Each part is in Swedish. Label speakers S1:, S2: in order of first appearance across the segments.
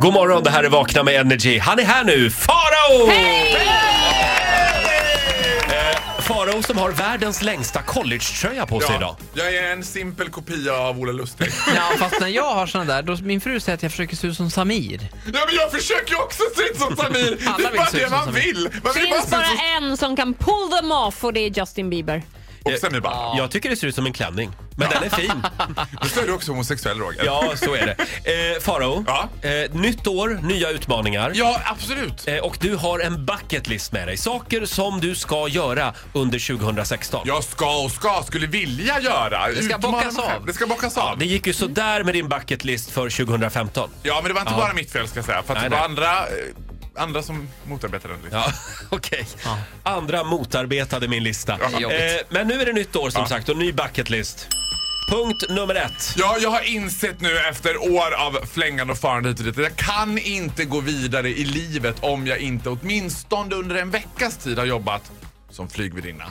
S1: God morgon, det här är Vakna med Energy. Han är här nu, Farao! Eh, Farao som har världens längsta collegetröja på sig idag.
S2: Jag är en simpel kopia av Ola Lustig.
S3: Ja, fast när jag har såna där, då min fru säger att jag försöker se ut som Samir.
S2: ja, men jag försöker ju också se ut som Samir! Det
S3: Alla
S2: är
S3: vill
S2: bara
S3: se ut
S2: det
S3: som
S2: man
S3: Samir.
S2: vill! Man
S4: Det
S2: vill bara
S4: finns
S2: se ut
S4: bara
S2: som...
S4: en som kan pull them off och det är Justin Bieber.
S2: Och Samir Badran.
S1: Jag tycker det ser ut som en klänning, men den är fin.
S2: Visst är du också homosexuell Roger?
S1: Ja, så är det. Eh, Farao,
S2: Ja.
S1: eh, nytt år, nya utmaningar.
S2: Ja, absolut.
S1: Eh, och du har en bucket list med dig. Saker som du ska göra under 2016.
S2: Jag ska och ska, skulle vilja göra. Det
S3: ska bockas av.
S2: Det ska bockas av.
S1: Det gick ju sådär med din bucket list för 2015.
S2: Ja, men det var inte
S1: Ja.
S2: bara mitt fel ska jag säga. För att
S1: Nej,
S2: det var
S1: nej.
S2: andra, eh, andra som motarbetade den. liksom. listan.
S1: Ja, okej. Andra motarbetade min lista.
S3: Jobbigt.
S1: Eh, men nu är det nytt år som sagt och ny bucketlist. Punkt nummer ett.
S2: Ja, jag har insett nu efter år av flängande och farande hit och dit att jag kan inte gå vidare i livet om jag inte åtminstone under en veckas tid har jobbat som flygvärdinna.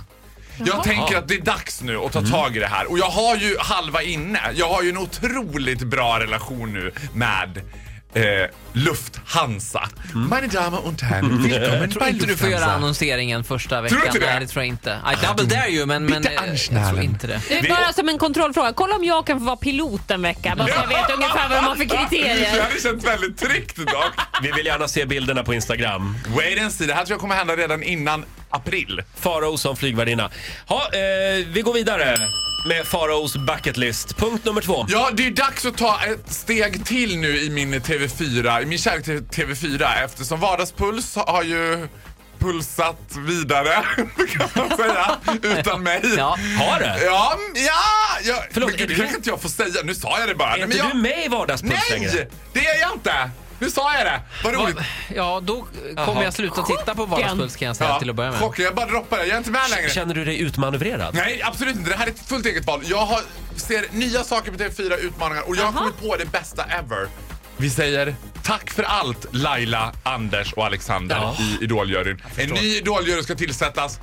S2: Jag tänker att det är dags nu att ta
S3: Mm.
S2: tag i det här. Och jag har ju halva inne. Jag har ju en otroligt bra relation nu med eh, Lufthansa. Meine Damen und Herren, willkommen
S3: Mm. Tror inte du får göra annonseringen första veckan.
S2: inte det?
S3: Nej, det tror jag inte. I double dare you, men, men
S2: bitte
S3: eh, jag
S2: anschnallen.
S3: tror inte det.
S4: Det är bara som en kontrollfråga. Kolla om jag kan få vara pilot en vecka. Bara så jag vet ungefär vad de har för
S2: Det
S4: kriterier.
S2: hade känts väldigt tryggt dock.
S1: Vi vill gärna se bilderna på Instagram.
S2: Wait and see. Det här tror jag kommer hända redan innan april.
S1: Farao som flygvärdinna. Ha, eh, vi går vidare med Faraos bucketlist. Punkt nummer två.
S2: Ja, det är dags att ta ett steg till nu i min TV4, i min kärlek till TV4 eftersom Vardagspuls har ju pulsat vidare, kan man säga, utan mig.
S3: Ja.
S1: Har det?
S2: Ja, ja, jag,
S1: Förlåt,
S2: men gud,
S1: är
S2: det
S1: du-
S2: kanske inte jag får säga. Nu sa jag det bara.
S1: Är
S2: men
S1: inte
S2: jag,
S1: du med i Vardagspuls längre?
S2: nej, det är jag inte. Nu sa jag det. Vad roligt.
S3: Ja, då
S1: Jaha.
S3: kommer jag sluta titta på Vardagspuls kan jag säga
S2: Ja,
S3: till att börja med.
S2: Chocken, jag bara droppar det. Jag är inte med längre.
S1: Känner du dig utmanövrerad?
S2: Nej, absolut inte. Det här är ett fullt eget val. Jag har, ser nya saker på TV4 Utmaningar och jag har
S4: Jaha.
S2: kommit på det bästa ever. Vi säger tack för allt Laila, Anders och Alexander
S1: Ja.
S2: i Idoljuryn. En ny Idoljury ska tillsättas.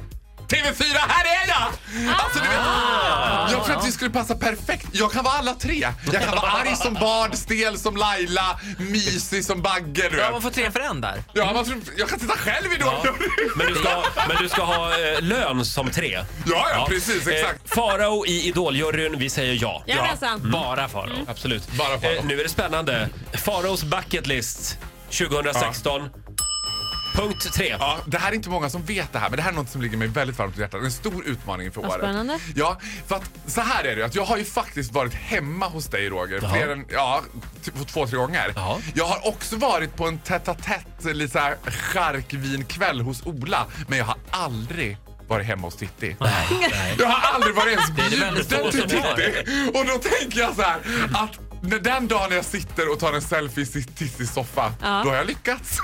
S2: TV4, här är jag! Alltså, du vet, jag tror att vi skulle passa perfekt. Jag kan vara alla tre. Jag kan vara arg som Bard, stel som Laila, mysig som Bagge. Du
S3: Ja, man
S2: vet.
S3: får tre för en där.
S2: Ja, man tror, jag kan sitta själv i
S1: Ja.
S2: Idoljuryn.
S1: Men du ska, men du ska ha eh, lön som tre?
S2: Ja, ja, precis. Exakt.
S1: Eh, Farao i Idoljuryn, vi säger ja. Mm.
S4: Jajamensan.
S1: Bara Farao. Absolut. Eh,
S2: Bara Farao.
S1: nu är det spännande. Faraos bucket list 2016. Punkt 3.
S2: Ja, det här är inte många som vet det här, men det här är något som ligger mig väldigt varmt om hjärtat. En stor utmaning för året.
S4: spännande.
S2: Ja, för att så här är det ju. att Jag har ju faktiskt varit hemma hos dig Roger,
S1: Jaha.
S2: fler än, ja, typ två, tre gånger.
S1: Jaha.
S2: Jag har också varit på en tätt-a-tätt, lite såhär charkvinkväll hos Ola, men jag har aldrig varit hemma hos Titti. Jag har aldrig varit ens
S3: är det väldigt
S2: bjuden
S3: få
S2: till
S3: som har.
S2: Titti. Och då tänker jag så här att när den dagen när jag sitter och tar en selfie i sitt- Tittis soffa,
S4: Ja.
S2: då har jag lyckats.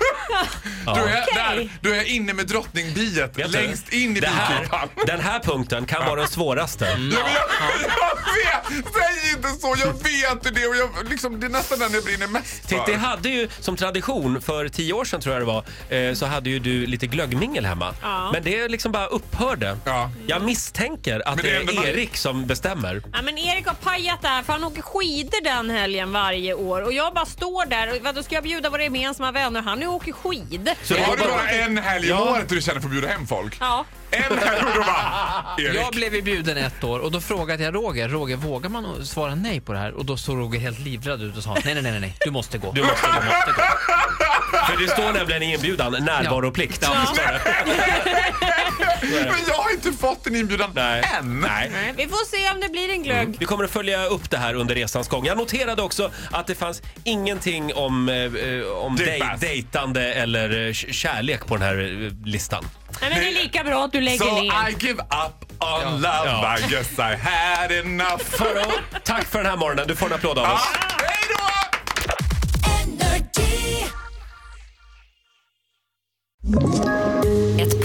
S2: Då är jag där, då är jag inne med drottningbiet
S1: Vet du,
S2: längst in i Mm.
S1: det här,
S2: bikupan.
S1: Den här punkten kan vara den svåraste.
S2: Ja, men jag, jag vet! Säg inte så! Jag vet ju det och jag, liksom, det är nästan den jag brinner mest för.
S1: Titti hade ju som tradition för tio år sedan tror jag det var eh, så hade ju du lite glöggmingel hemma.
S4: Ja.
S1: Men det liksom bara upphörde.
S2: Ja.
S1: Jag misstänker att
S2: Men
S1: det
S2: det är ändå
S1: är
S2: bara-
S1: Erik som bestämmer.
S4: Ja, men Erik har pajat det här för han åker skidor den helgen varje år och jag bara står där och vadå, ska jag bjuda våra gemensamma vänner? Han nu åker skid.
S1: Så det
S2: Har
S1: var
S2: du bara
S1: bara...
S2: en helg om
S1: Ja.
S2: året då du känner för att bjuda hem folk?
S4: Ja.
S2: En helg och då bara... Erik.
S3: Jag blev ju bjuden ett år och då frågade jag Roger, Roger vågar man svara nej på det här? Och då såg Roger helt livrädd ut och sa nej, nej, nej, nej, du måste gå.
S1: Du måste, du måste gå. För det står nämligen i inbjudan närvaroplikt.
S3: Ja.
S1: Visst var det?
S2: Men jag har inte fått en inbjudan
S1: Nej.
S2: än.
S1: Nej.
S4: Nej, Vi får se om det blir en glögg.
S1: Vi kommer att följa upp det här under resans gång. Jag noterade också att det fanns ingenting om, eh, eh, om
S2: Det är
S1: dej,
S2: fast.
S1: dejtande eller eh, k- kärlek på den här eh, listan.
S4: Nej, men det är lika bra att du lägger
S2: So
S4: ner.
S2: I give up on love,
S1: Ja.
S2: I guess I had enough.
S1: Farao, tack för den här morgonen. Du får en applåd av
S2: ah,
S1: oss.
S2: hej då!
S5: Ett